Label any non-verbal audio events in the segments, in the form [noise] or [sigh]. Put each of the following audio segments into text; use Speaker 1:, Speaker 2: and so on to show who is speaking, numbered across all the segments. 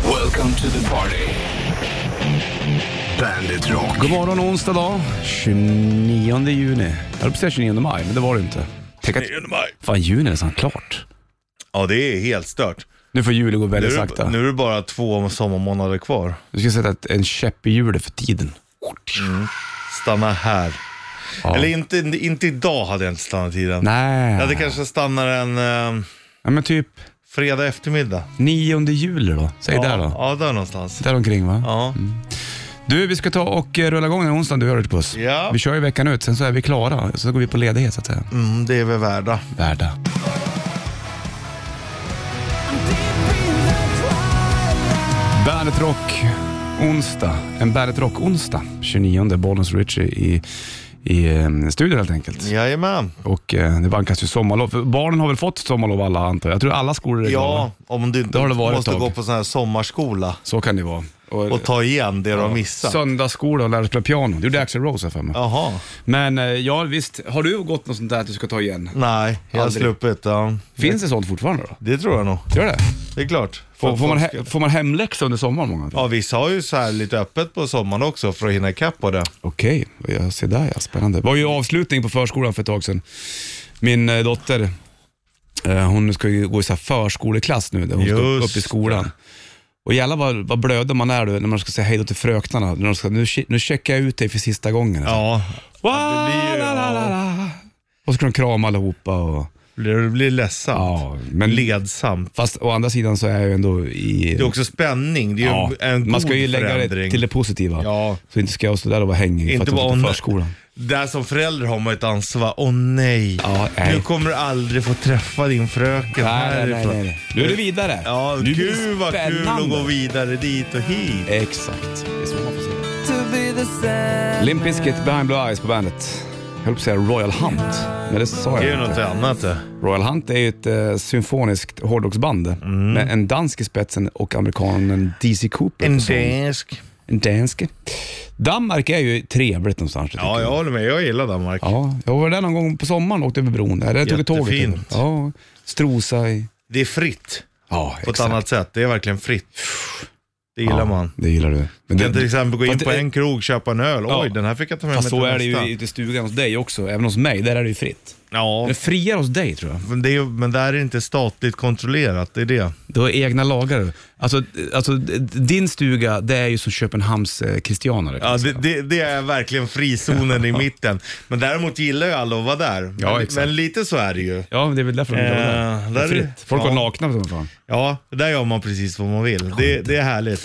Speaker 1: Welcome to the party. Bandit Rock.
Speaker 2: God morgon onsdag dag, 29 juni. Jag höll på att säga 29 maj, men det var det inte. Tänk att, fan juni är nästan klart.
Speaker 3: Ja, det är helt stört.
Speaker 2: Nu får juli gå
Speaker 3: Nu
Speaker 2: väldigt
Speaker 3: är, det,
Speaker 2: sakta.
Speaker 3: nu är det bara två sommarmånader kvar.
Speaker 2: Du ska sätta ett, en käpp i hjulet för tiden.
Speaker 3: Stanna här.
Speaker 2: Ja.
Speaker 3: Mm. Eller inte, inte idag hade jag inte stannat tiden.
Speaker 2: Nej.
Speaker 3: Jag hade kanske stannat en eh,
Speaker 2: Ja, men typ
Speaker 3: fredag eftermiddag.
Speaker 2: 9 juli då. Säg
Speaker 3: ja,
Speaker 2: där då.
Speaker 3: Ja, där någonstans.
Speaker 2: Där Mm. omkring va?
Speaker 3: Ja.
Speaker 2: Du, vi ska ta och eh, rulla igång den här onsdagen du hörde på oss.
Speaker 3: Ja.
Speaker 2: Vi kör ju veckan ut, sen så är vi klara. Så går vi på ledighet så att säga.
Speaker 3: Mm, det är vi värda.
Speaker 2: Värda. Bandet Rock onsdag. En Bandet Rock onsdag. 29 Bollnäs Richie i, i eh, studion helt enkelt.
Speaker 3: Jajamän.
Speaker 2: Och eh, det vankas ju sommarlov. För barnen har väl fått sommarlov alla antar jag. Jag tror alla skolor är glada.
Speaker 3: Ja, om du
Speaker 2: Det
Speaker 3: inte
Speaker 2: har det varit
Speaker 3: måste
Speaker 2: ett tag. Eh,
Speaker 3: gå på sån här sommarskola
Speaker 2: Så kan det vara.
Speaker 3: och ta igen det du har missat.
Speaker 2: Söndagsskola och lära sig spela piano. Det gjorde Axl Rose här för mig.
Speaker 3: Jaha.
Speaker 2: Men eh, ja, visst. Har du gått något sånt där att du ska ta igen?
Speaker 3: Nej, jag har
Speaker 2: Aldrig.
Speaker 3: sluppit. Ja.
Speaker 2: Finns det sånt fortfarande då?
Speaker 3: Det tror jag nog.
Speaker 2: Gör det?
Speaker 3: Det är klart.
Speaker 2: Får, får, man,
Speaker 3: Folk
Speaker 2: he- får man hemläxa under sommaren många gånger?
Speaker 3: Ja, vissa har ju så här lite öppet på sommaren också för att hinna ikapp på det.
Speaker 2: Okej, jag ser där ja. Spännande. Det var ju avslutning på förskolan för ett tag sedan. Min eh, dotter, eh, hon ska ju gå i så här förskoleklass nu, där hon ska upp, upp
Speaker 3: Just
Speaker 2: i skolan. Och jävlar vad, vad blöder man är då när man ska säga hej då till fröknarna. När de ska, nu, che- nu checkar jag ut dig för sista gången.
Speaker 3: Ja,
Speaker 2: Wa-
Speaker 3: det blir ju-
Speaker 2: la, la, la, la. Och så ska de krama allihopa. Och,
Speaker 3: det blir ledsamt.
Speaker 2: ja, men,
Speaker 3: Ledsamt.
Speaker 2: fast å andra sidan så är jag ju ändå i...
Speaker 3: Det är också spänning. Det är ju
Speaker 2: ja,
Speaker 3: en, en god
Speaker 2: man ska ju lägga
Speaker 3: förändring.
Speaker 2: det till det positiva.
Speaker 3: Ja.
Speaker 2: Så inte ska jag stå där och vara hängig för
Speaker 3: Inte
Speaker 2: att jag
Speaker 3: bara,
Speaker 2: går
Speaker 3: "Åh,
Speaker 2: på
Speaker 3: nej."
Speaker 2: förskolan.
Speaker 3: Där som förälder har man ett ansvar. Åh nej.
Speaker 2: Ja, nej.
Speaker 3: Du kommer aldrig få träffa din
Speaker 2: Nej,
Speaker 3: fröken
Speaker 2: nej, nej,
Speaker 3: härifrån.
Speaker 2: nej, nej. Nu är det vidare.
Speaker 3: Ja,
Speaker 2: nu blir det
Speaker 3: gud vad kul att
Speaker 2: spännande.
Speaker 3: gå vidare dit och hit.
Speaker 2: Exakt. Det är så man får se det. Limp Bizkit, Behind Blue Eyes på bandet. Jag höll på att säga Royal Hunt, men det sa
Speaker 3: Det är
Speaker 2: jag
Speaker 3: ju något
Speaker 2: inte.
Speaker 3: annat eh. det.
Speaker 2: Royal Hunt är ju ett eh, symfoniskt hårdrocksband
Speaker 3: Mm.
Speaker 2: med en dansk i spetsen och amerikanen DC Cooper.
Speaker 3: En
Speaker 2: på sång.
Speaker 3: dansk.
Speaker 2: en danske. Danmark är ju trevligt någonstans. tycker
Speaker 3: Ja,
Speaker 2: jag.
Speaker 3: jag håller med. Jag gillar Danmark.
Speaker 2: ja. Jag var där någon gång på sommaren och åkte över bron. Där. Jag tog tåget.
Speaker 3: Jättefint.
Speaker 2: över. Ja, strosa i...
Speaker 3: Det är fritt
Speaker 2: Ja,
Speaker 3: på ett annat sätt. Det är verkligen fritt. Det gillar
Speaker 2: ja,
Speaker 3: man.
Speaker 2: Det gillar du. Men
Speaker 3: Du kan till exempel gå in
Speaker 2: fast
Speaker 3: på
Speaker 2: det-
Speaker 3: en krog, köpa en öl.
Speaker 2: Ja.
Speaker 3: Oj, den här fick jag ta med
Speaker 2: Fast
Speaker 3: mig
Speaker 2: så
Speaker 3: till
Speaker 2: är det
Speaker 3: nästa.
Speaker 2: ju ute i stugan hos dig också. Även hos mig, där är det ju fritt.
Speaker 3: Ja,
Speaker 2: Men friare hos dig tror jag.
Speaker 3: men, det är, ju- men där är det inte statligt kontrollerat. Det är det.
Speaker 2: Du har egna lagar. Alltså, eh, alltså d- din stuga, det är ju som Köpenhamns eh, kristianare. kan
Speaker 3: Ja,
Speaker 2: man
Speaker 3: det,
Speaker 2: säga.
Speaker 3: det, det är verkligen frizonen i [laughs] mitten. Men däremot gillar ju alla att vara där.
Speaker 2: Ja,
Speaker 3: men,
Speaker 2: exakt.
Speaker 3: men lite så är det ju.
Speaker 2: ja, men det är väl därför de vill
Speaker 3: Eh,
Speaker 2: ha det.
Speaker 3: där
Speaker 2: Det
Speaker 3: är
Speaker 2: är fritt.
Speaker 3: det.
Speaker 2: Folk
Speaker 3: Ja.
Speaker 2: går nakna som fan.
Speaker 3: Ja, där gör man precis vad man vill. Det, det är härligt.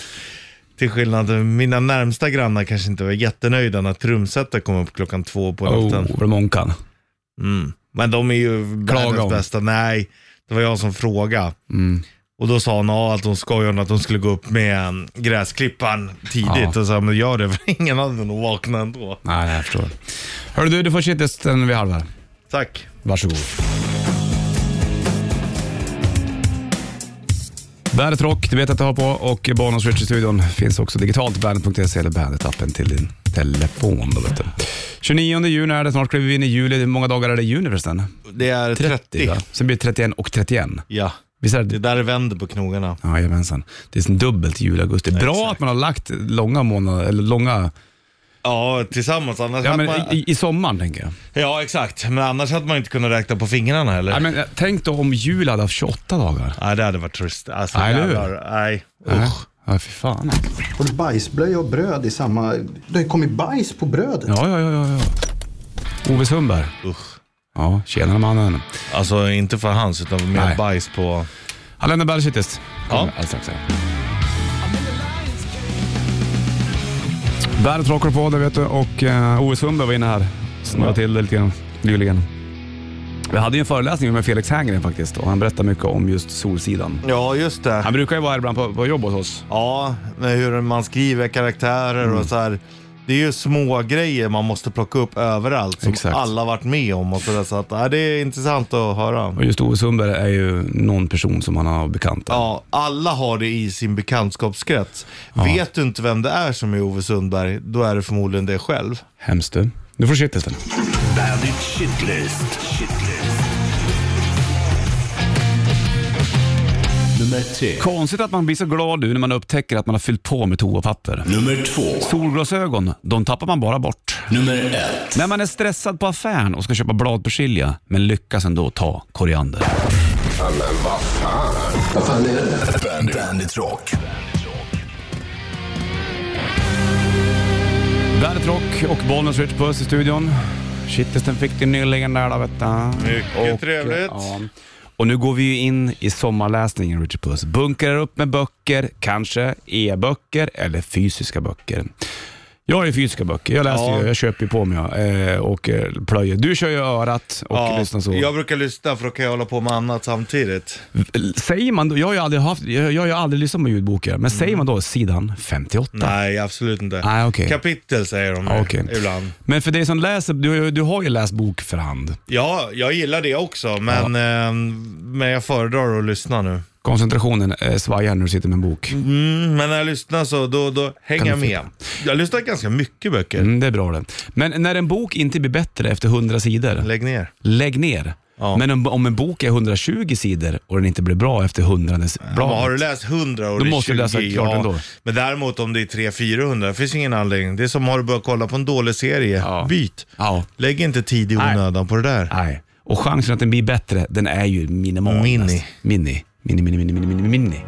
Speaker 3: Till skillnad, mina närmsta grannar kanske inte var jättenöjda när trumsetet kom upp klockan två på natten.
Speaker 2: Oh, vad många kan.
Speaker 3: Mm. Men de är ju
Speaker 2: om. Mm.
Speaker 3: världens bästa. Nej, det var jag som frågade. Och då sa hon ja, att hon skojade om att hon skulle gå upp med eh, gräsklipparen tidigt.
Speaker 2: Ja.
Speaker 3: Och sa, men gör det, [laughs] för ingen hade nog vaknat ändå.
Speaker 2: Nej, nej, jag förstår. Hörru du, du får shitlisten vid halv här.
Speaker 3: Tack.
Speaker 2: Varsågod. Bandet Rock, du vet att du har på och Bonus Rich i studion finns också digitalt. Bandet.se eller Bandet-appen till din telefon. Då vet du. 29 juni är det, snart kliver vi in i juli. Hur många dagar är det i juni förresten?
Speaker 3: Det är 30.
Speaker 2: va? Sen blir det 31 och 31.
Speaker 3: Ja,
Speaker 2: Visst är
Speaker 3: det är
Speaker 2: det?
Speaker 3: där det vänder på knogarna.
Speaker 2: Jajamensan. Det är som dubbelt jul augusti. Bra
Speaker 3: Exakt.
Speaker 2: att man har lagt långa månader, eller långa...
Speaker 3: Ja, tillsammans. Annars
Speaker 2: Ja,
Speaker 3: hade
Speaker 2: men
Speaker 3: man...
Speaker 2: i, i sommaren tänker jag.
Speaker 3: ja, exakt. Men annars hade man inte kunnat räkna på fingrarna heller.
Speaker 2: Nej, men, eh, tänk då om jul hade haft 28 dagar.
Speaker 3: Nej, det hade varit trist. Alltså,
Speaker 2: Nej, eller hur?
Speaker 3: jävlar. Nej,
Speaker 2: Nej.
Speaker 3: usch.
Speaker 2: Ja, fy fan.
Speaker 4: Var det bajsblöja och bröd i samma... Det har ju kommit bajs på brödet.
Speaker 2: Ja, ja, ja, ja. ja. Ove Sundberg.
Speaker 3: usch.
Speaker 2: Ja, tjenare mannen.
Speaker 3: Alltså, inte för hans, utan mer
Speaker 2: Nej.
Speaker 3: bajs på...
Speaker 2: Han lämnar Bandet Shitlist.
Speaker 3: Ja.
Speaker 2: Kommer alldeles strax här. Bandet rockar på, det vet du. Och eh, Ove Sundberg var inne här. Snurrade till det lite grann nyligen. Vi hade ju en föreläsning med Felix Herngren faktiskt och han berättade mycket om just Solsidan.
Speaker 3: Ja, just det.
Speaker 2: Han brukar ju vara här ibland på, på jobb hos oss.
Speaker 3: Ja, med hur man skriver karaktärer och
Speaker 2: Mm.
Speaker 3: så här. Det är ju små grejer man måste plocka upp överallt som
Speaker 2: Exakt.
Speaker 3: alla varit med om och sådär. Så att, ja, det är intressant att höra.
Speaker 2: Och just Ove Sundberg är ju någon person som han har bekant.
Speaker 3: Ja, alla har det i sin bekantskapskrets. Vet du inte vem det är som är Ove Sundberg, då är det förmodligen det själv.
Speaker 2: Hemskt du. Nu får du shitlisten.
Speaker 1: Bandit Shitlist. Shitlist. Nummer Nummer tre.
Speaker 2: Konstigt att man blir så glad nu när man upptäcker att man har fyllt på med toapapper.
Speaker 1: Nummer två.
Speaker 2: Solglasögon, de tappar man bara bort.
Speaker 1: Nummer ett.
Speaker 2: När man är stressad på affären och ska köpa bladpersilja, men lyckas ändå ta koriander.
Speaker 1: Bandit, Bandit Rock.
Speaker 2: Bandet Rock och Bollnäs Rich Puss i studion. Shitlisten fick du nyligen där då vet du.
Speaker 3: Mycket
Speaker 2: Och,
Speaker 3: trevligt.
Speaker 2: ja. Och nu går vi ju in i sommarläsningen Richard Puss. Bunkrar upp med böcker, kanske e-böcker eller fysiska böcker. Jag har ju fysiska böcker, jag läser
Speaker 3: Ja.
Speaker 2: ju, jag köper ju på mig eh, och eh, plöjer. Du kör ju örat och
Speaker 3: Ja,
Speaker 2: lyssnar så.
Speaker 3: Jag brukar lyssna för då kan jag hålla på med annat samtidigt.
Speaker 2: Säger man då, jag har ju aldrig, haft, jag, jag har ju aldrig lyssnat på ljudböcker, men säger man då sidan 58?
Speaker 3: Nej, absolut inte.
Speaker 2: Nej, okej.
Speaker 3: Kapitel säger de
Speaker 2: Ja,
Speaker 3: ju
Speaker 2: okej.
Speaker 3: ibland.
Speaker 2: Men för dig som läser, du, du har ju läst bok för hand.
Speaker 3: Ja, jag gillar det också, men, eh, men jag föredrar att lyssna nu.
Speaker 2: Koncentrationen eh, svajar när du sitter med en bok.
Speaker 3: Mm, men när jag lyssnar så då, då hänger
Speaker 2: du
Speaker 3: jag med.
Speaker 2: fitta?
Speaker 3: Jag lyssnar ganska mycket böcker.
Speaker 2: Mm, det är bra det. Men när en bok inte blir bättre efter 100 sidor,
Speaker 3: Lägg ner.
Speaker 2: lägg ner.
Speaker 3: Ja.
Speaker 2: Men om, om en bok är 120 sidor och den inte blir bra efter 100 s- bra.
Speaker 3: Men har du läst 100 och
Speaker 2: Då
Speaker 3: det är
Speaker 2: måste
Speaker 3: 20,
Speaker 2: du läsa klart ändå.
Speaker 3: Men däremot om det är 300-400, det finns ingen anledning. Det är som har du börjat kolla på en dålig serie,
Speaker 2: Ja.
Speaker 3: byt.
Speaker 2: Ja,
Speaker 3: Lägg inte tid i
Speaker 2: Nej.
Speaker 3: onödan på det där.
Speaker 2: nej. Och chansen att den blir bättre, den är ju minimal. Alltså,
Speaker 3: Mini.
Speaker 2: nästan. Mini. Mini, mini, mini, mini, mini, mini.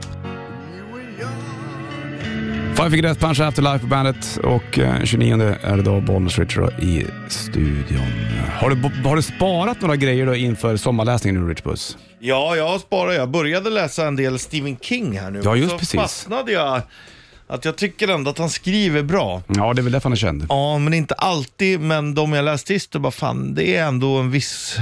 Speaker 2: Five Finger Death Punch Afterlife på bandet och eh, 29 är det då Bonus Richard i studion. Har du, har du sparat några grejer då inför sommarläsningen nu Rich Puss?
Speaker 3: Ja, jag sparar. Jag började läsa en del Stephen King här nu.
Speaker 2: Ja, just
Speaker 3: så
Speaker 2: precis.
Speaker 3: fastnade jag att jag tycker ändå att han skriver bra.
Speaker 2: Ja, det är väl därför han är känd.
Speaker 3: Ja, men inte alltid. Men de jag läste sist, då bara fan, det är ändå en viss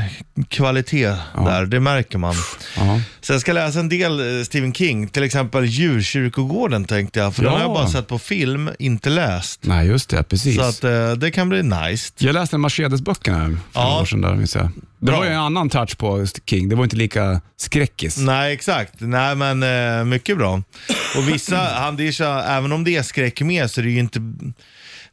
Speaker 3: kvalitet där. Det märker man.
Speaker 2: Ja.
Speaker 3: Så jag ska läsa en del eh, Stephen King, till exempel Djurkyrkogården tänkte jag, för den
Speaker 2: Ja.
Speaker 3: har jag bara sett på film, inte läst.
Speaker 2: Nej, just det. Precis.
Speaker 3: Så att eh, det kan bli nice.
Speaker 2: Jag läste en Mercedes-böckerna här för
Speaker 3: Ja.
Speaker 2: några år sedan. Där, minns jag. Det
Speaker 3: Bra.
Speaker 2: var ju en annan touch på King. Det var inte lika skräckis.
Speaker 3: Nej, exakt. Nej, men eh, mycket bra. Och vissa,
Speaker 2: [clears throat]
Speaker 3: han, det är så, även om det är skräck med så är det ju inte,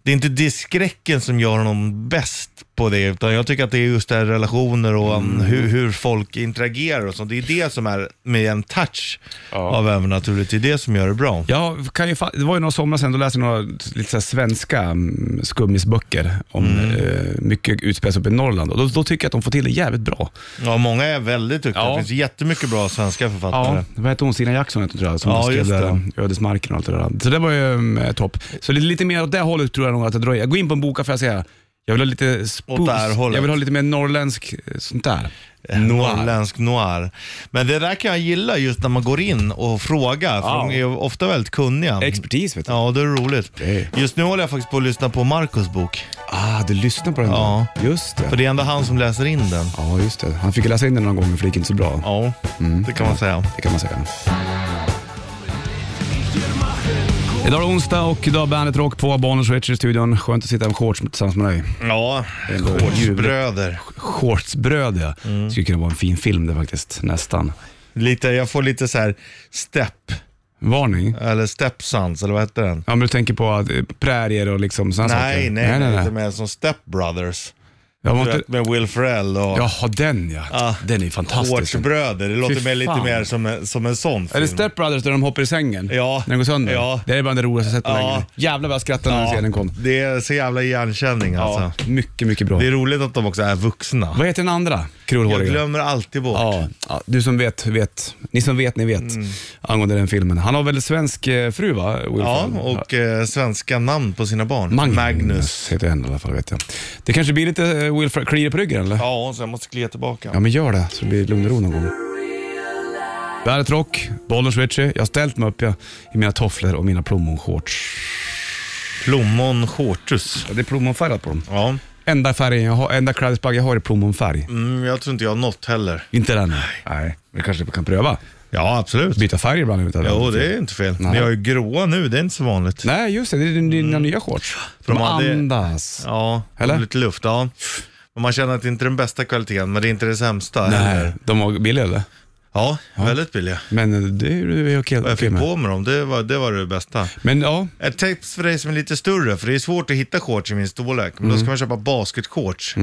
Speaker 3: det är inte det skräcken som gör honom bäst på det, utan jag tycker att det är just det här relationer och um,
Speaker 2: Mm.
Speaker 3: hur, hur folk interagerar och sånt. Det är det som är med en touch av övernaturligt, det är det som gör det bra.
Speaker 2: Jag kan ju fa- det var ju några somrar sedan, då läste jag några lite så här svenska mm, skummisböcker. Om,
Speaker 3: Mm.
Speaker 2: eh, mycket utspelas uppe i Norrland och då, då tycker jag att de får till det jävligt bra.
Speaker 3: Ja, många är väldigt duktiga.
Speaker 2: Ja.
Speaker 3: Det finns jättemycket bra svenska författare.
Speaker 2: Eh, Vad hette hon? Stina Jackson hette hon, tror jag, som
Speaker 3: Ja,
Speaker 2: skrev
Speaker 3: just
Speaker 2: det.
Speaker 3: det.
Speaker 2: där, Ödesmarken och allt det där. Så det var ju mm, topp. Så det är lite mer åt det hållet tror jag nog att jag drar. Jag går in på en bokaffär och säger jag vill ha lite
Speaker 3: Åt det här
Speaker 2: spoof,
Speaker 3: hållet.
Speaker 2: jag vill ha lite mer norrländsk eh, sånt där.
Speaker 3: Norrländsk noir. Men det där kan jag gilla just när man går in och frågar, för
Speaker 2: Ja.
Speaker 3: de är ju ofta väldigt kunniga.
Speaker 2: Expertis vet du.
Speaker 3: Ja, det är roligt.
Speaker 2: Det-
Speaker 3: Just nu håller jag faktiskt på att lyssna på Marcus bok.
Speaker 2: Ah, du lyssnar på den då?
Speaker 3: Ja.
Speaker 2: Just
Speaker 3: För
Speaker 2: det.
Speaker 3: det är ändå han som läser in den.
Speaker 2: Ja, just det. Han fick ju läsa in den några gånger för det gick inte så bra.
Speaker 3: Ja, Mm. det kan man säga.
Speaker 2: Det kan man säga. Idag är det onsdag och idag har bandet Rock på Bonus Richard i studion. Skönt att sitta med shorts tillsammans med dig.
Speaker 3: Ja,
Speaker 2: ändå ljuvligt.
Speaker 3: Shortsbröder.
Speaker 2: Shortsbröd ja.
Speaker 3: Mm.
Speaker 2: Skulle kunna vara en fin film det faktiskt, nästan.
Speaker 3: Lite, jag får lite så här step,
Speaker 2: Varning.
Speaker 3: eller stepsons, eller vad heter den?
Speaker 2: Ja, men du tänker på att, eh, prärier och liksom sådana
Speaker 3: Nej,
Speaker 2: saker?
Speaker 3: nej, nej,
Speaker 2: nej.
Speaker 3: lite mer som stepbrothers.
Speaker 2: Jag var inte...
Speaker 3: Inte... Med Will Ferrell och
Speaker 2: Jaha, den ja.
Speaker 3: Ja.
Speaker 2: Den är ju fantastisk.
Speaker 3: Shortsbröder. Det
Speaker 2: Fy
Speaker 3: låter mig lite
Speaker 2: fan.
Speaker 3: mer som en, som en sån
Speaker 2: Är det
Speaker 3: film.
Speaker 2: Step Brothers där de hoppar i sängen?
Speaker 3: Ja.
Speaker 2: När den går sönder?
Speaker 3: Ja.
Speaker 2: Det är bland det roligaste jag sett på
Speaker 3: Ja.
Speaker 2: länge. Jävlar vad jag skrattade när den scenen kom.
Speaker 3: Det är så jävla igenkänning alltså.
Speaker 2: Mycket, mycket bra.
Speaker 3: Det är roligt att de också är vuxna.
Speaker 2: Vad heter den andra
Speaker 3: Jag
Speaker 2: krullhåriga?
Speaker 3: glömmer alltid bort.
Speaker 2: Ja, ja, du som vet, vet. Ni som vet, ni vet.
Speaker 3: Mm.
Speaker 2: Angående den filmen. Han har väl svensk eh, fru va? Will
Speaker 3: Ja,
Speaker 2: Ferrell?
Speaker 3: och eh, svenska namn på sina barn.
Speaker 2: Magnus,
Speaker 3: Magnus.
Speaker 2: heter han i alla fall vet jag. Det kanske blir lite eh, Will Ferrell, kliar på ryggen eller?
Speaker 3: Ja, så jag måste klia tillbaka.
Speaker 2: Ja men gör det, så det blir lugn och ro någon gång. Bandet Rock, Bollnäs Ritchie. Jag har ställt mig upp jag, i mina tofflor och mina plommonshorts.
Speaker 3: Plommon shortus.
Speaker 2: Ja, Det är plommonfärgat på dem.
Speaker 3: Ja,
Speaker 2: Enda färgen jag har, enda klädesplagg jag har är plommonfärg.
Speaker 3: mm, jag tror inte jag har nått heller.
Speaker 2: Inte den? Nej, men kanske vi kan pröva.
Speaker 3: Ja, absolut.
Speaker 2: Byta färg ibland. utan-
Speaker 3: Jo, det är inte fel.
Speaker 2: Nej.
Speaker 3: Men jag är gråa nu, det är inte så vanligt.
Speaker 2: Nej, just det. Det är din- dina nya shorts. De,
Speaker 3: Mm. De hade-
Speaker 2: andas.
Speaker 3: Ja,
Speaker 2: Eller?
Speaker 3: lite luft. Ja. Och man känner att det inte är den bästa kvaliteten, men det är inte det sämsta
Speaker 2: Nej,
Speaker 3: heller.
Speaker 2: de var billiga eller?
Speaker 3: Ja, väldigt billiga.
Speaker 2: Men det är ju okej
Speaker 3: Och jag
Speaker 2: okej
Speaker 3: fick
Speaker 2: med.
Speaker 3: på mig dem, det var, det var det bästa.
Speaker 2: Men ja,
Speaker 3: Ett tips för dig som är lite större, för det är svårt att hitta shorts i min storlek. Men
Speaker 2: Mm.
Speaker 3: då ska man köpa basketshorts.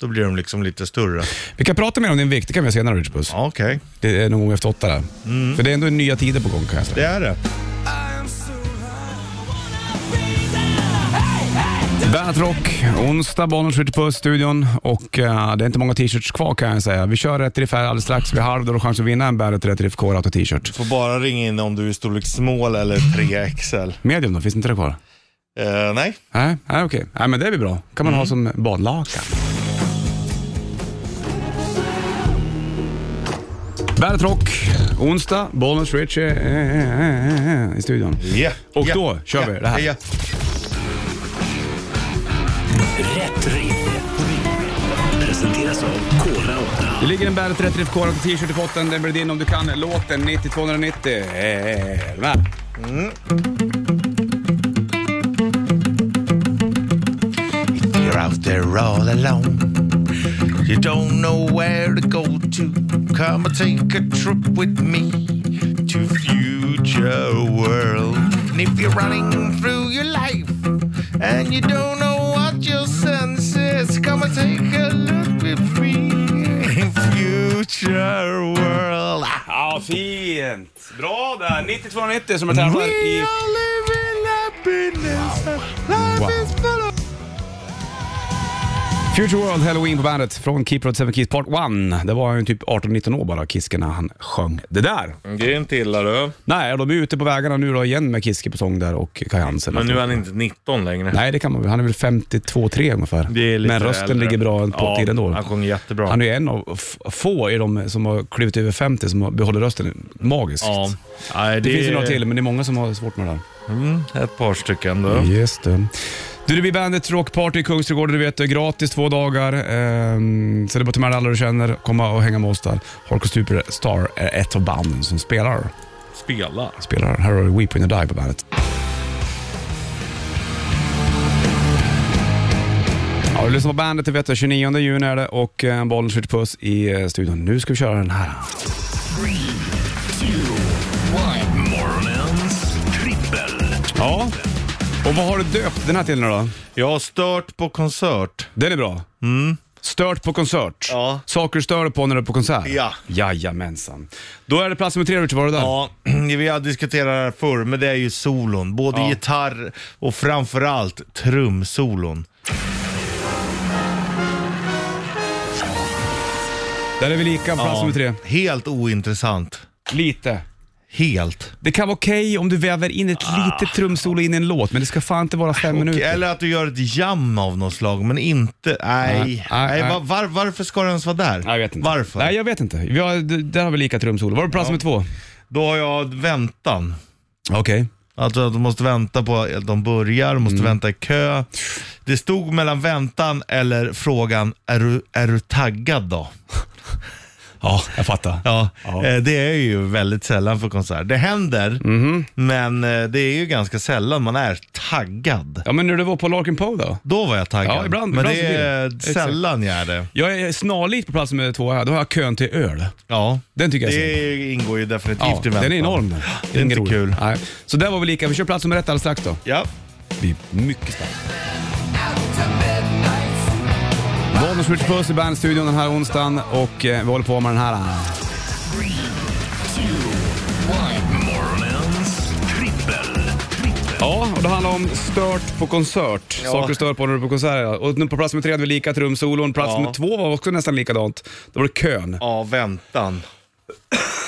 Speaker 3: Då blir de liksom lite större.
Speaker 2: vi kan prata mer om din vikt, det kan vi göra senare Richard Puss.
Speaker 3: Ja, Okej,
Speaker 2: Det är någon gång efter åtta där. För det är ändå nya tider på gång kan jag säga.
Speaker 3: det är det.
Speaker 2: Bandet Rock, onsdag, Bonniers skjuter på studion och eh, det är inte många t-shirts kvar kan jag säga. Vi kör rätt riff här alldeles strax. Vid halv då har du chans att vinna en Bandet Rätt Riff Core Auto t-shirt.
Speaker 3: Får bara ringa in om du är storlek small eller 3XL.
Speaker 2: Medium då, finns inte det kvar?
Speaker 3: Eh, nej,
Speaker 2: Nej, nej okej. Nej men det blir bra. kan man ha som badlakan. Bandet Rock, onsdag, Bonniers Richie eh, eh, eh, eh, i studion.
Speaker 3: Ja.
Speaker 2: Och
Speaker 3: ja,
Speaker 2: då kör
Speaker 3: ja,
Speaker 2: vi det här.
Speaker 3: Ja.
Speaker 1: Rätt riff. Presenteras av Kora 8.
Speaker 2: Det ligger en Bandet Rätt Riff Core Auto t-shirt i potten. Den blir din om du kan. Låten Eh, 9290. Är du med?
Speaker 3: You're out there all alone. You don't know where to go to. Come and take a trip with me to future world. And if you're running through your life and you don't know what your sense is, come and take a look with me in future world.
Speaker 2: Ja, fint. Bra där. 9290 som jag tävlar i.
Speaker 3: living happiness. Life
Speaker 2: Wow.
Speaker 3: full of
Speaker 2: Future World Halloween på bandet från Keep Road 7 Kiss Part 1. Det var ju typ 18-19 år bara, Kiske, när han sjöng det där.
Speaker 3: Det är inte illa du.
Speaker 2: Nej, och de är ute på vägarna nu då igen med Kiske på sång där och Kaj Hansen.
Speaker 3: Men nu är han inte 19 längre.
Speaker 2: Nej, det kan man väl. Han är väl 52-3 ungefär.
Speaker 3: Det är lite
Speaker 2: Men rösten
Speaker 3: äldre.
Speaker 2: ligger bra på
Speaker 3: Ja,
Speaker 2: tiden då.
Speaker 3: han sjunger jättebra.
Speaker 2: Han är ju en av f- få i de som har klivit över 50 som har- behåller rösten magiskt.
Speaker 3: Ja.
Speaker 2: Det,
Speaker 3: Nej, det
Speaker 2: finns ju
Speaker 3: är-
Speaker 2: några till, men det är många som har svårt med det där.
Speaker 3: Ett par stycken då.
Speaker 2: Just det. Du, det blir Bandit Rockparty i Kungsträdgården, du vet. det är Gratis två dagar. Ehm, så det är bara att ta med alla du känner, komma och hänga med oss där. Harko Superstar är ett av banden som spelar.
Speaker 3: Spela.
Speaker 2: Spelar Här har du Weep When You Die på bandet. Ja, du lyssnar på bandet, det vet du. 29 juni är det och eh, bollen skjuter puss i eh, studion. Nu ska vi köra den här.
Speaker 1: Morgonens trippel.
Speaker 2: Ja, och vad har du döpt den här till nu då?
Speaker 3: Jag har stört på konsert.
Speaker 2: Den är bra. Stört på konsert.
Speaker 3: Ja.
Speaker 2: Saker du stör på när du är på konsert.
Speaker 3: Ja.
Speaker 2: Jajamensan. Då är det plats nummer tre, Richard. Var du där?
Speaker 3: Ja, [clears throat] vi har diskuterat det här förr, men det är ju solon. Både gitarr och framförallt trumsolon.
Speaker 2: Där är vi lika, plats nummer tre.
Speaker 3: Helt ointressant.
Speaker 2: Lite.
Speaker 3: Helt.
Speaker 2: Det kan vara okej om du väver in ett litet trumsolo in i en låt, men det ska fan inte vara fem
Speaker 3: Och,
Speaker 2: minuter.
Speaker 3: eller att du gör ett jam av något slag, men inte... Nej.
Speaker 2: Nej,
Speaker 3: nej,
Speaker 2: nej,
Speaker 3: var, var, varför ska den ens vara där?
Speaker 2: Nej, Jag vet inte.
Speaker 3: Varför?
Speaker 2: Nej, jag vet inte. Vi har, d- där har vi lika trumsolo. Var det plats nummer två?
Speaker 3: Då har jag väntan.
Speaker 2: Okej.
Speaker 3: Alltså att de måste vänta på att de börjar, de
Speaker 2: Mm.
Speaker 3: måste vänta i kö. Det stod mellan väntan eller frågan, är du, är du taggad då?
Speaker 2: Ja, jag fattar.
Speaker 3: Ja,
Speaker 2: Ja.
Speaker 3: eh, det är ju väldigt sällan för konsert. Det händer,
Speaker 2: Mhm.
Speaker 3: men eh, det är ju ganska sällan man är taggad.
Speaker 2: Ja, men när du var på Larkin Poe då?
Speaker 3: Då var jag taggad,
Speaker 2: Ja, ibland-
Speaker 3: men
Speaker 2: ibland så
Speaker 3: det
Speaker 2: blir det.
Speaker 3: är
Speaker 2: Exakt.
Speaker 3: sällan jag är det.
Speaker 2: Jag är snarlikt på plats nummer två här. Då har jag kön till öl.
Speaker 3: Ja,
Speaker 2: Den tycker jag är synd.
Speaker 3: det ingår ju definitivt
Speaker 2: Ja,
Speaker 3: i
Speaker 2: den
Speaker 3: väntan.
Speaker 2: är enorm den.
Speaker 3: Det är
Speaker 2: Ingen
Speaker 3: inte
Speaker 2: rolig.
Speaker 3: kul.
Speaker 2: Nej. Så där var vi lika. Vi kör plats nummer ett alldeles strax då.
Speaker 3: Ja.
Speaker 2: blir mycket starkt. Bonus Rich Puss i Bandstudion den här onsdagen och eh, vi håller på med den här.
Speaker 1: Morgonens trippel.
Speaker 2: Ja, och det handlar om stört på konsert.
Speaker 3: Ja.
Speaker 2: Saker du stör på när du är på konsert. ja. Och nu på plats nummer tre hade vi lika trumsolon. Plats
Speaker 3: Ja.
Speaker 2: nummer två var också nästan likadant. Då var det kön.
Speaker 3: ja, väntan.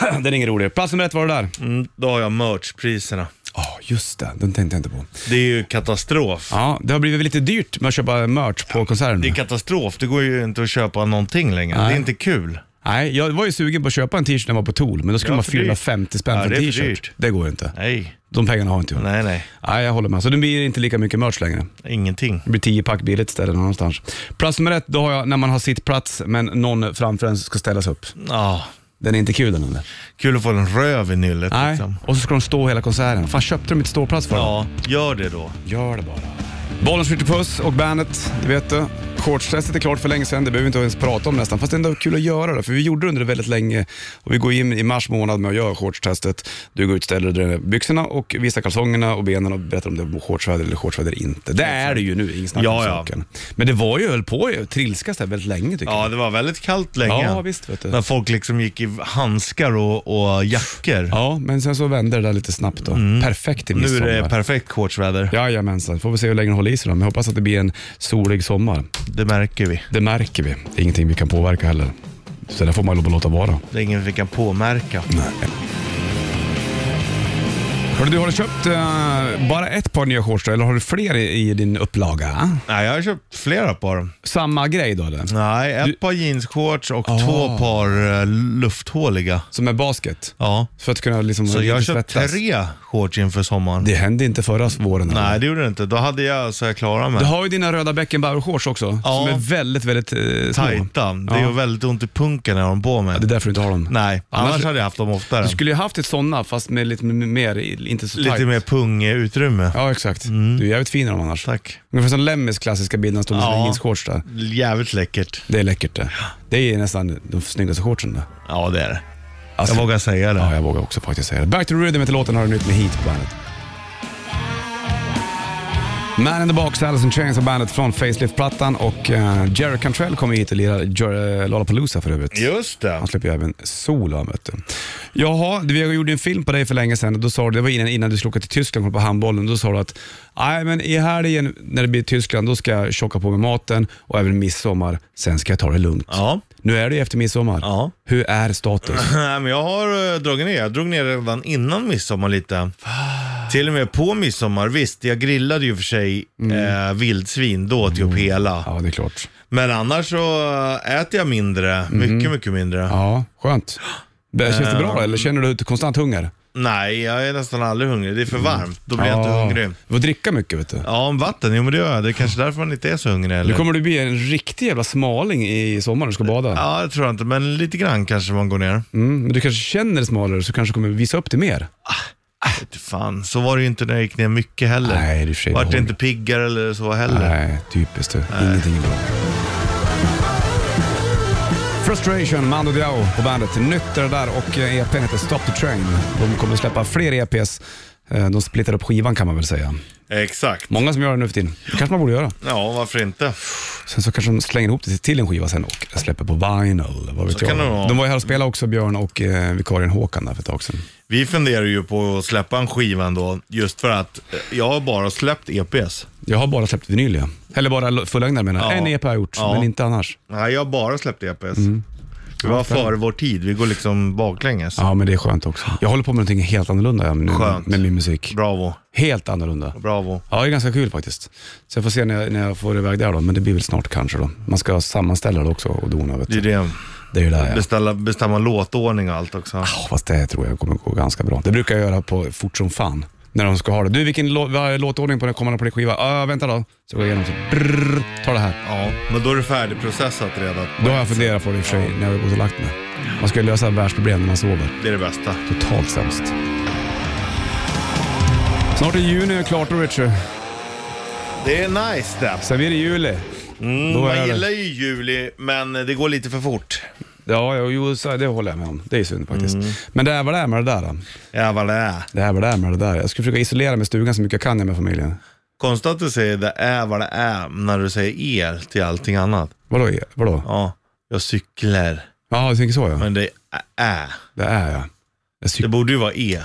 Speaker 2: Den är ingen rolig. Plats nummer ett var det där. Ja,
Speaker 3: Mm, då har jag merchpriserna.
Speaker 2: just det. Den tänkte jag inte på.
Speaker 3: Det är ju katastrof.
Speaker 2: Ja, det har blivit lite dyrt med att köpa merch på konserter
Speaker 3: Det
Speaker 2: nu.
Speaker 3: är katastrof. Det går ju inte att köpa någonting längre.
Speaker 2: Nej.
Speaker 3: Det är inte kul.
Speaker 2: Nej, jag var ju sugen på att köpa en t-shirt när jag var på Tool, men då skulle
Speaker 3: Ja,
Speaker 2: man
Speaker 3: för
Speaker 2: fylla
Speaker 3: dyrt.
Speaker 2: 50 spänn
Speaker 3: Ja,
Speaker 2: för
Speaker 3: det
Speaker 2: en
Speaker 3: är för
Speaker 2: t-shirt.
Speaker 3: dyrt.
Speaker 2: Det går ju inte.
Speaker 3: Nej,
Speaker 2: De pengarna har inte jag.
Speaker 3: nej, nej.
Speaker 2: Nej, jag håller med. Så det blir inte lika mycket merch längre.
Speaker 3: Ingenting.
Speaker 2: Det blir 10 pack billigt istället någonstans. Plats nummer ett, då har jag när man har sitt plats men någon framför en ska ställas upp.
Speaker 3: Ah,
Speaker 2: Den är inte kul den eller?
Speaker 3: kul att få en röv i nyllet.
Speaker 2: Nej,
Speaker 3: Liksom.
Speaker 2: och så ska de stå hela konserten. Fan, köpte de inte ståplats för? dem?
Speaker 3: Ja, gör det då.
Speaker 2: Gör det bara. Bollens Puss och bandet, det vet du. Shortstestet är klart för länge sedan, det behöver vi inte ens prata om nästan. Fast det är ändå kul att göra det, för vi gjorde det under väldigt länge. Och vi går in i mars månad med att göra shortstestet. Du går ut, ställer dig byxorna och visar kalsongerna och benen och berättar om det är shortsväder eller shortsväder inte. Det är det ju nu, inget snack om
Speaker 3: Liksom. Ja, ja.
Speaker 2: saken. Men det var ju, höll på att trilskas där väldigt länge tycker
Speaker 3: Ja, det var väldigt kallt länge.
Speaker 2: Ja, visst, vet du.
Speaker 3: När folk liksom gick i handskar och, och jackor.
Speaker 2: jag. Ja, men sen så vände det där lite snabbt då. Perfekt till
Speaker 3: Mm. nu är
Speaker 2: midsommar.
Speaker 3: det perfekt shortsväder.
Speaker 2: Jajamensan, får vi se hur länge den håller i sig då. Men jag hoppas att det blir en solig sommar.
Speaker 3: Det märker vi.
Speaker 2: Det märker vi. Det är ingenting vi kan påverka heller. Så det får man lov att låta vara.
Speaker 3: Det är ingen vi kan påmärka.
Speaker 2: Hörru, du, har du köpt eh, bara ett par nya shorts då, eller har du fler i, i din upplaga?
Speaker 3: Nej, jag har köpt flera par.
Speaker 2: Samma grej då eller?
Speaker 3: Nej, ett par jeansshorts och
Speaker 2: Ah.
Speaker 3: två par eh, lufthåliga.
Speaker 2: Som är basket?
Speaker 3: Ja.
Speaker 2: För att kunna liksom
Speaker 3: Så jag har
Speaker 2: lite
Speaker 3: köpt
Speaker 2: svettas.
Speaker 3: tre shorts inför sommaren.
Speaker 2: Det hände inte förra våren. eller?
Speaker 3: Nej, det gjorde det inte. Då hade jag så jag klarade mig.
Speaker 2: Du har ju dina röda bäckenbauer-shorts också,
Speaker 3: Ja.
Speaker 2: som är väldigt, väldigt eh, små.
Speaker 3: Tajta. Det
Speaker 2: Ja.
Speaker 3: gör väldigt ont i punken när jag har dem på mig.
Speaker 2: Det är därför du inte har dem.
Speaker 3: Nej, annars,
Speaker 2: Annars-
Speaker 3: hade jag haft dem oftare.
Speaker 2: Du skulle ju haft ett sådana, fast med lite m- mer, i- inte så
Speaker 3: Lite
Speaker 2: tajt.
Speaker 3: mer pungutrymme.
Speaker 2: Ja, exakt. Du är jävligt fin i dem annars.
Speaker 3: Tack.
Speaker 2: Ungefär som Lemmys klassiska bild när han stod med sina
Speaker 3: Ja.
Speaker 2: jeansshorts där.
Speaker 3: Jävligt läckert.
Speaker 2: Det är läckert det. Det är nästan de snyggaste shortsen där.
Speaker 3: Ja, det är det.
Speaker 2: Alltså-
Speaker 3: jag vågar säga det.
Speaker 2: Ja, jag vågar också faktiskt säga det. Back to the rhythm heter låten, har du nytt med Heat på bandet. Man in the box, Alice in Chains och bandet från Facelift-plattan och eh, Jerry Cantrell kommer hit och lirar Jer- eh, Lollapalooza för övrigt.
Speaker 3: Just det.
Speaker 2: Han släpper ju även solo han vet du. Jaha, vi gjorde en film på dig för länge sedan och då sa du, det var innan, innan du skulle åka till Tyskland och kolla på handbollen, då sa du att nej men i helgen när det blir Tyskland då ska jag tjocka på mig maten och även midsommar, sen ska jag ta det lugnt.
Speaker 3: Ja.
Speaker 2: Nu är det ju efter midsommar.
Speaker 3: Ja.
Speaker 2: Hur är
Speaker 3: [laughs]
Speaker 2: status?
Speaker 3: Nej, men jag har eh, dragit ner. Jag drog ner redan innan midsommar lite. Till och med på midsommar. Visst, jag grillade ju för sig eh, vildsvin. Då åt jag upp hela.
Speaker 2: Mm. Ja, det är klart.
Speaker 3: Men annars så eh, äter jag mindre. Mycket, mycket mindre.
Speaker 2: Mm. Ja, skönt. Det- Känns det
Speaker 3: Eh,
Speaker 2: bra eller känner du konstant hunger?
Speaker 3: Nej, jag är nästan aldrig hungrig. Det är för varmt. Då blir jag inte
Speaker 2: Mm. Ja.
Speaker 3: hungrig.
Speaker 2: Du får dricka mycket vet du.
Speaker 3: Ja, om vatten. Jo, men det gör jag. Det är kanske därför man inte är så hungrig.
Speaker 2: Nu
Speaker 3: Eller?
Speaker 2: kommer du bli en riktig jävla smaling i sommar när du ska bada.
Speaker 3: Ja, det tror jag inte. Men lite grann kanske man går ner.
Speaker 2: Mm, men du kanske känner dig smalare så kanske du kommer visa upp det mer.
Speaker 3: Vet du Fan, så var det ju inte när jag gick ner mycket heller.
Speaker 2: Nej, det är i och för sig
Speaker 3: Vart jag
Speaker 2: behåll-
Speaker 3: inte piggare eller så heller.
Speaker 2: Nej, typiskt du. Ingenting är bra. Frustration, Mando Diao på bandet. Nytt är det där och eh, EPn heter Stop the Train. De kommer släppa fler EPs. Eh, De splittar upp skivan kan man väl säga.
Speaker 3: Exakt.
Speaker 2: Många som gör det nu för tiden. Det kanske man borde göra.
Speaker 3: Ja, varför inte?
Speaker 2: Sen så kanske de slänger ihop det till en skiva sen och släpper på vinyl. Vad vet
Speaker 3: Så
Speaker 2: jag.
Speaker 3: kan det vara.
Speaker 2: De var ju här och spelade också, Björn och eh, vikarien Håkan där för ett tag sedan.
Speaker 3: Vi funderar ju på att släppa en skiva ändå, just för att eh, jag har bara släppt E EPs.
Speaker 2: Jag har bara släppt vinyl, ja. Eller bara fullängdare menar jag.
Speaker 3: Ja.
Speaker 2: En EP har jag gjort,
Speaker 3: Ja.
Speaker 2: men inte annars.
Speaker 3: Nej, jag har bara släppt E EPs.
Speaker 2: Mm.
Speaker 3: Vi var före vår tid, vi går liksom baklänges.
Speaker 2: Ja, men det är skönt också. Jag håller på med någonting helt annorlunda nu
Speaker 3: Skönt.
Speaker 2: med min musik.
Speaker 3: Bravo,
Speaker 2: Helt annorlunda.
Speaker 3: bravo.
Speaker 2: Ja, det är ganska kul faktiskt. Så jag får se när jag, när jag får iväg där då, men det blir väl snart kanske då. Man ska sammanställa det också och dona. Vet
Speaker 3: Det är
Speaker 2: du.
Speaker 3: det.
Speaker 2: Det är ju där ja.
Speaker 3: Beställa, bestämma låtordning och allt också.
Speaker 2: Ja, Fast det tror jag kommer gå ganska bra. Det brukar jag göra på fort som fan. När de ska ha det. Du, vilken lå- vad är låtordning på den kommande på din skiva? Ja, vänta då. Så går jag igenom så. Brrr, ta det här.
Speaker 3: Ja, men då är det färdigprocessat redan.
Speaker 2: Då har jag funderat på det i och för sig när jag har gått och lagt mig. Man ska ju lösa världsproblem när man sover.
Speaker 3: Det är det bästa.
Speaker 2: Totalt sämst. Snart är juni klart då Richard.
Speaker 3: Det är nice det.
Speaker 2: Sen blir det juli.
Speaker 3: Mm,
Speaker 2: Då är
Speaker 3: man
Speaker 2: det.
Speaker 3: gillar ju juli, men det går lite för fort.
Speaker 2: Ja, jo, jo, så- det håller jag med om. Det är synd faktiskt.
Speaker 3: Mm.
Speaker 2: Men det är vad det är med det där. Då.
Speaker 3: Ja, vad det är.
Speaker 2: Det är vad det är med det där. Jag ska försöka isolera mig i stugan så mycket jag kan jag med familjen.
Speaker 3: Konstigt att du säger det är vad det är när du säger er till allting annat.
Speaker 2: Vadå? Vadå?
Speaker 3: Ja, jag cyklar,
Speaker 2: Jaha, du tänker så ja.
Speaker 3: men det är ä.
Speaker 2: Det är jag. jag
Speaker 3: Det
Speaker 2: cyk-
Speaker 3: borde ju vara e.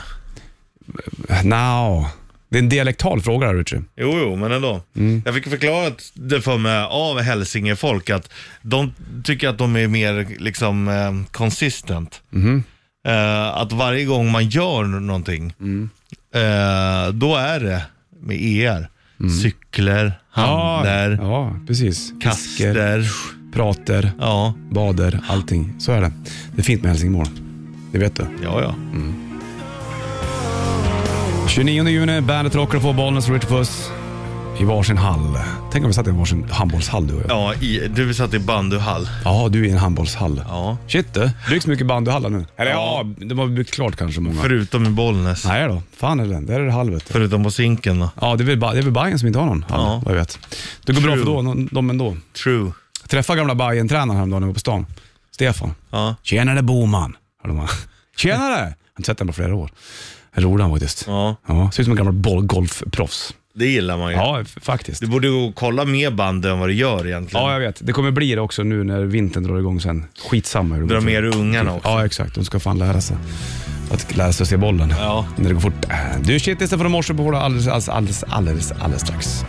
Speaker 2: Nja. Det är en dialektal fråga där Richie.
Speaker 3: Jo, jo, men ändå.
Speaker 2: Mm.
Speaker 3: Jag fick förklarat det för mig av hälsingefolk att de tycker att de är mer liksom eh, consistent.
Speaker 2: Mm-hmm.
Speaker 3: Eh, att varje gång man gör någonting,
Speaker 2: Mm.
Speaker 3: eh, då är det med er. Cykler, handlar,
Speaker 2: Mm. Ja, ja, precis. Fisker,
Speaker 3: kaster.
Speaker 2: prater,
Speaker 3: Ja,
Speaker 2: bader, allting. Så är det. Det är fint med Helsingborg. Det vet du.
Speaker 3: ja, ja.
Speaker 2: 29 juni, bandet rockar på Bollnäs Richard Puss. i varsin hall. Tänk om vi satt i en varsin handbollshall du och jag. Ja,
Speaker 3: Ja, i, du satt i bandyhall.
Speaker 2: du är i en handbollshall.
Speaker 3: Ja.
Speaker 2: Shit du, byggs mycket bandyhallar nu. Eller ja.
Speaker 3: Ja.
Speaker 2: de har byggt klart kanske många.
Speaker 3: Förutom i Bollnäs.
Speaker 2: Nej då, fan är det den? Där är det halv vet du.
Speaker 3: Förutom på Zinken då.
Speaker 2: Ja, det är väl, Ba- det är väl Bayern som inte har någon hall,
Speaker 3: Ja.
Speaker 2: vad jag vet. Det går bra för
Speaker 3: True.
Speaker 2: då, nå- dem ändå.
Speaker 3: True.
Speaker 2: Jag träffade gamla Bayern-tränaren häromdagen när jag var på stan. Stefan.
Speaker 3: Ja.
Speaker 2: Tjenare Boman. hörde man. [laughs] Tjenare! Han tvättade på flera år. Rolig han faktiskt.
Speaker 3: Ja.
Speaker 2: Ja, ser ut som en gammal boll- golfproffs.
Speaker 3: Det gillar man ju.
Speaker 2: Ja, f- faktiskt.
Speaker 3: Du borde gå och kolla mer bandy än vad du gör egentligen.
Speaker 2: Ja, jag vet. Det kommer bli det också nu när vintern drar igång sen. Skitsamma hur de
Speaker 3: Dra med dig ungarna också.
Speaker 2: Typ. Ja, exakt. De ska fan lära sig. Att lära sig att se bollen.
Speaker 3: Ja.
Speaker 2: När det går fort. Äh, Du, shitlisten från morse på våra alldeles, alldeles, alldeles, alldeles, alldeles strax.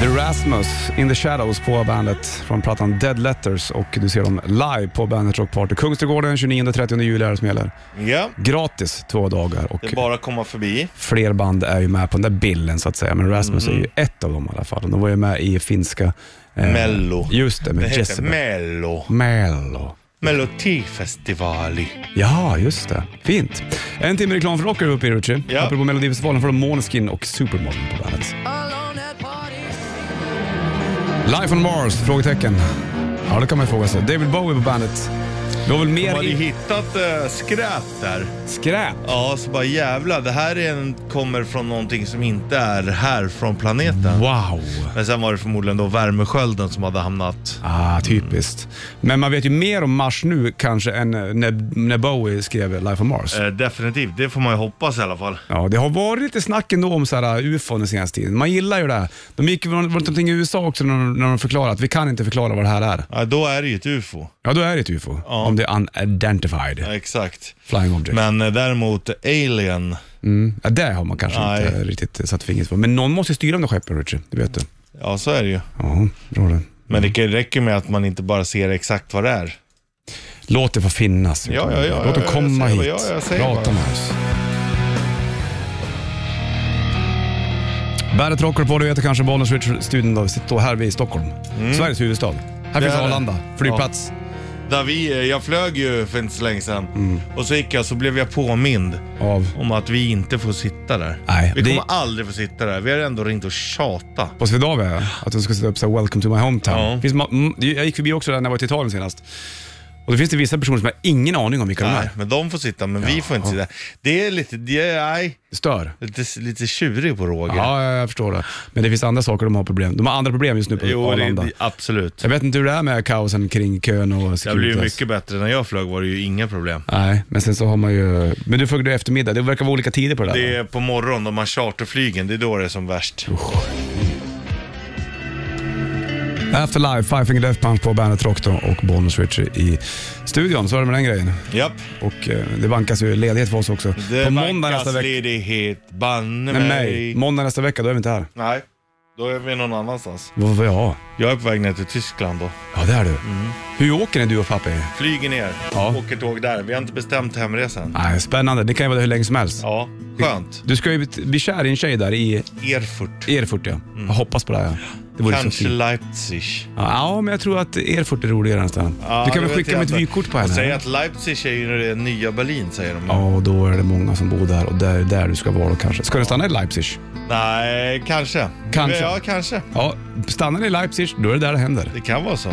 Speaker 2: The Rasmus, In the Shadows på bandet från plattan Dead Letters och du ser dem live på Bandet Rock Party. Kungsträdgården 29-30 juli är det som gäller.
Speaker 3: Ja.
Speaker 2: Gratis två dagar och
Speaker 3: Det är bara att komma förbi.
Speaker 2: fler band är ju med på den där bilden så att säga. Men Rasmus
Speaker 3: Mm.
Speaker 2: är ju ett av dem i alla fall. De var ju med i finska... eh,
Speaker 3: Mello.
Speaker 2: Just det,
Speaker 3: Det
Speaker 2: med
Speaker 3: heter
Speaker 2: Jezebel.
Speaker 3: Mello.
Speaker 2: Mello.
Speaker 3: Mellotifestivali.
Speaker 2: Ja, just det. Fint. En timme reklam för rock är vi uppe i Ritchie.
Speaker 3: Ja.
Speaker 2: Apropå Melodifestivalen får de Måneskin och Supermodel på bandet. Life on Mars? Frågetecken. Ja, det kan man ju fråga sig. David Bowie på bandet. Vi har väl
Speaker 3: De
Speaker 2: mer
Speaker 3: hade ju
Speaker 2: i...
Speaker 3: hittat eh, skräp där.
Speaker 2: skräp?
Speaker 3: Ja, så bara jävla. det här är en, kommer från någonting som inte är här från planeten.
Speaker 2: Wow!
Speaker 3: Men sen var det förmodligen då värmeskölden som hade hamnat.
Speaker 2: Ah, typiskt. Men man vet ju mer om Mars nu kanske än eh, när, när Bowie skrev Life on Mars.
Speaker 3: Eh, definitivt, det får man ju hoppas i alla fall.
Speaker 2: Ja, det har varit lite snack ändå om så här eh, ufon den senaste tiden. Man gillar ju det. här. De gick var det någonting i USA också när de, när de förklarade att vi kan inte förklara vad det här är.
Speaker 3: Ja, då är det ju ett ufo.
Speaker 2: Ja, då är det ett ufo. Om det är unidentified
Speaker 3: Ja, exakt.
Speaker 2: flying object. Mm.
Speaker 3: Men eh, däremot alien.
Speaker 2: ja, det har man kanske
Speaker 3: Nej.
Speaker 2: inte riktigt satt fingret på. Men någon måste ju styra de där skeppen, Richard. Det vet du.
Speaker 3: Ja, så är det ju.
Speaker 2: Ja, bra det.
Speaker 3: Men det kan- räcker med att man inte bara ser exakt vad det är.
Speaker 2: Låt det få finnas.
Speaker 3: Ja, ja, ja,
Speaker 2: Låt dem
Speaker 3: ja,
Speaker 2: komma
Speaker 3: jag säger-
Speaker 2: hit.
Speaker 3: ja, jag säger
Speaker 2: Prata
Speaker 3: bara.
Speaker 2: med oss. Bandet Rocker på, du heter kanske Bollnäs Richard studion då. Vi sitter här vi i Stockholm. Sveriges huvudstad. Här
Speaker 3: Mm. Det
Speaker 2: finns
Speaker 3: är det.
Speaker 2: Arlanda, flygplats.
Speaker 3: Där vi, eh, jag flög ju för inte så länge sedan.
Speaker 2: Mm.
Speaker 3: Och så gick jag så blev jag påmind
Speaker 2: Av,
Speaker 3: om att vi inte får sitta där.
Speaker 2: Nej,
Speaker 3: vi
Speaker 2: det-
Speaker 3: kommer aldrig få sitta där. Vi har ändå ringt och tjata.
Speaker 2: på Swedavia, att de ska sätta upp så här, “Welcome to my hometown”.
Speaker 3: Ja.
Speaker 2: Finns ma- mm, jag gick förbi också där när jag var i Italien senast. Och då finns det vissa personer som har ingen aning om vilka de
Speaker 3: Nej,
Speaker 2: är.
Speaker 3: men de får sitta, men vi får inte sitta. Det är lite, det är, nej,
Speaker 2: Det stör.
Speaker 3: lite, lite tjurig på Roger.
Speaker 2: Ja, ja, jag förstår det. Men det finns andra saker de har problem De har andra problem just nu på
Speaker 3: jo, det,
Speaker 2: Arlanda.
Speaker 3: det, absolut.
Speaker 2: Jag vet inte hur det är alltså. med kaosen kring kön och
Speaker 3: Det blev ju
Speaker 2: Securitas.
Speaker 3: mycket bättre. När jag flög var det ju inga problem.
Speaker 2: Nej, men sen så har man ju... Men du frågade ju eftermiddag. Det verkar vara olika tider på det där.
Speaker 3: Det är på morgonen, de här charterflygen, det är då det är som värst.
Speaker 2: Afterlife, Five Finger Death Punch på Bandet Rock då och Bonus Richie i studion. Så är det med den grejen.
Speaker 3: Japp.
Speaker 2: Och eh, det vankas ju ledighet för oss också.
Speaker 3: Det
Speaker 2: på måndag
Speaker 3: vankas
Speaker 2: nästa vecka...
Speaker 3: ledighet, banne
Speaker 2: Nej,
Speaker 3: mig.
Speaker 2: nej. Måndag nästa vecka, då är vi inte här.
Speaker 3: Nej, då är vi någon annanstans.
Speaker 2: Vad var jag?
Speaker 3: Jag är på väg ner till Tyskland då.
Speaker 2: Ja, det är du.
Speaker 3: Mm.
Speaker 2: Hur åker ni du och pappa?
Speaker 3: Flyger ner,
Speaker 2: Ja.
Speaker 3: åker tåg där. Vi har inte bestämt hemresan.
Speaker 2: Nej, spännande. Det kan ju vara hur länge som helst.
Speaker 3: Ja, skönt.
Speaker 2: Du ska ju bli- bli kär i en tjej där i
Speaker 3: Erfurt.
Speaker 2: Erfurt, ja. Jag hoppas på det. Här. Det vore så
Speaker 3: Mm. Kanske
Speaker 2: fint.
Speaker 3: Leipzig.
Speaker 2: Ja, men jag tror att Erfurt är roligare nästan. du kan väl skicka dem ett vykort på henne?
Speaker 3: Säg att Leipzig är ju det nya Berlin, säger de.
Speaker 2: Ja, och då är det många som bor där och det är där du ska vara då kanske. Ska du stanna i Leipzig?
Speaker 3: Nej, kanske.
Speaker 2: Kanske.
Speaker 3: Ja, kanske.
Speaker 2: Ja, stannar ni i Leipzig, då är det där det händer.
Speaker 3: Det kan vara så.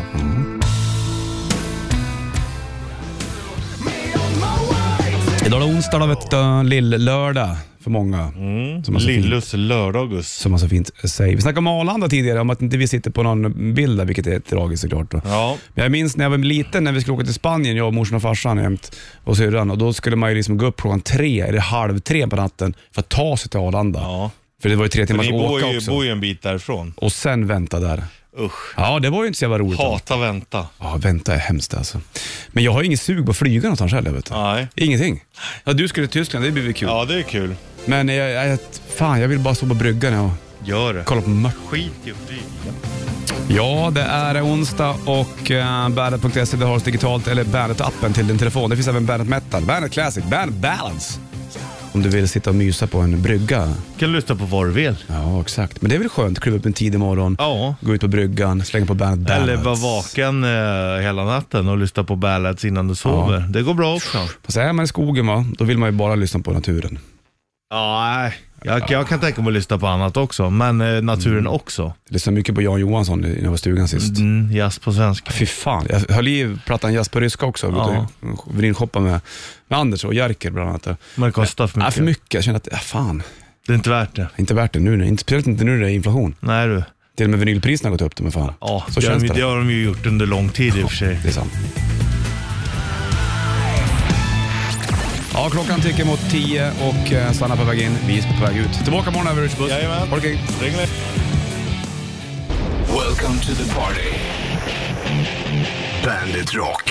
Speaker 2: Idag är det onsdag, då vet du. Lill-lördag för många.
Speaker 3: Mm.
Speaker 2: Som man så fint-
Speaker 3: Lillus lördagus.
Speaker 2: Som man så fint säger. Vi snackade om Arlanda tidigare, om att inte vi sitter på någon bild där, vilket är tragiskt såklart. då.
Speaker 3: Ja.
Speaker 2: Men jag minns när jag var liten, när vi skulle åka till Spanien, jag, morsan och farsan jämt och syrran. Och då skulle man ju liksom gå upp klockan tre, eller halv tre på natten, för att ta sig till Arlanda.
Speaker 3: Ja.
Speaker 2: För det var ju tre timmars
Speaker 3: Ni bor
Speaker 2: åka
Speaker 3: ju,
Speaker 2: också.
Speaker 3: bor ju en bit därifrån.
Speaker 2: Och sen vänta där.
Speaker 3: Usch.
Speaker 2: Ja, det var ju inte så jävla roligt.
Speaker 3: Hata vänta.
Speaker 2: Ja, vänta är hemskt alltså. Men jag har ju inget sug på att flyga någonstans heller. Vet du.
Speaker 3: Nej.
Speaker 2: Ingenting. Ja, du skulle till Tyskland, det blir väl kul.
Speaker 3: Ja, det är kul.
Speaker 2: Men jag, jag, fan, jag vill bara stå på bryggan och
Speaker 3: Gör det.
Speaker 2: kolla på mört.
Speaker 3: Skit i att flyga.
Speaker 2: Ja, det är onsdag och uh, Bandet.se det har oss digitalt, eller Bandet-appen till din telefon. Det finns även Bandet Metal, Bandet Classic, Bandet Balance. Om du vill sitta och mysa på en brygga.
Speaker 3: kan du lyssna på vad du vill.
Speaker 2: Ja, exakt. Men det är väl skönt, kliva upp en tidig morgon,
Speaker 3: Ja.
Speaker 2: gå ut på bryggan, slänga på Bandet Balance.
Speaker 3: Eller vara vaken eh, hela natten och lyssna på ballads innan du sover. Det går bra också.
Speaker 2: Fast är man i skogen va, då vill man ju bara lyssna på naturen.
Speaker 3: Ja, nej. Jag, jag kan tänka mig att lyssna på annat också, men eh, naturen
Speaker 2: Mm.
Speaker 3: också.
Speaker 2: Jag lyssnade mycket på Jan Johansson i- när jag var i stugan sist.
Speaker 3: Mm, jazz på svenska.
Speaker 2: Fy fan, jag höll i plattan Jazz på ryska också.
Speaker 3: Ja.
Speaker 2: Ja. Vrinshoppade med, med Anders och Jerker bland annat. där.
Speaker 3: Men det kostar
Speaker 2: Ja,
Speaker 3: för mycket.
Speaker 2: för mycket. Jag kände att, ja, fan,
Speaker 3: Det är inte värt det.
Speaker 2: inte värt det nu. när- inte- Speciellt inte nu när det är inflation.
Speaker 3: Nej du.
Speaker 2: Till och med vinylpriserna har gått upp. Men fan.
Speaker 3: Ja,
Speaker 2: Så
Speaker 3: det,
Speaker 2: känns
Speaker 3: har,
Speaker 2: det.
Speaker 3: det har de ju gjort under lång tid i och för sig.
Speaker 2: Det är sant. Ja, klockan tickar mot tio och eh, Sanna på väg in. Vi är på väg ut. Tillbaka imorgon över Rich Buss.
Speaker 3: Jajamän.
Speaker 2: Ha det kul.
Speaker 1: Welcome to the party. Bandit Rock.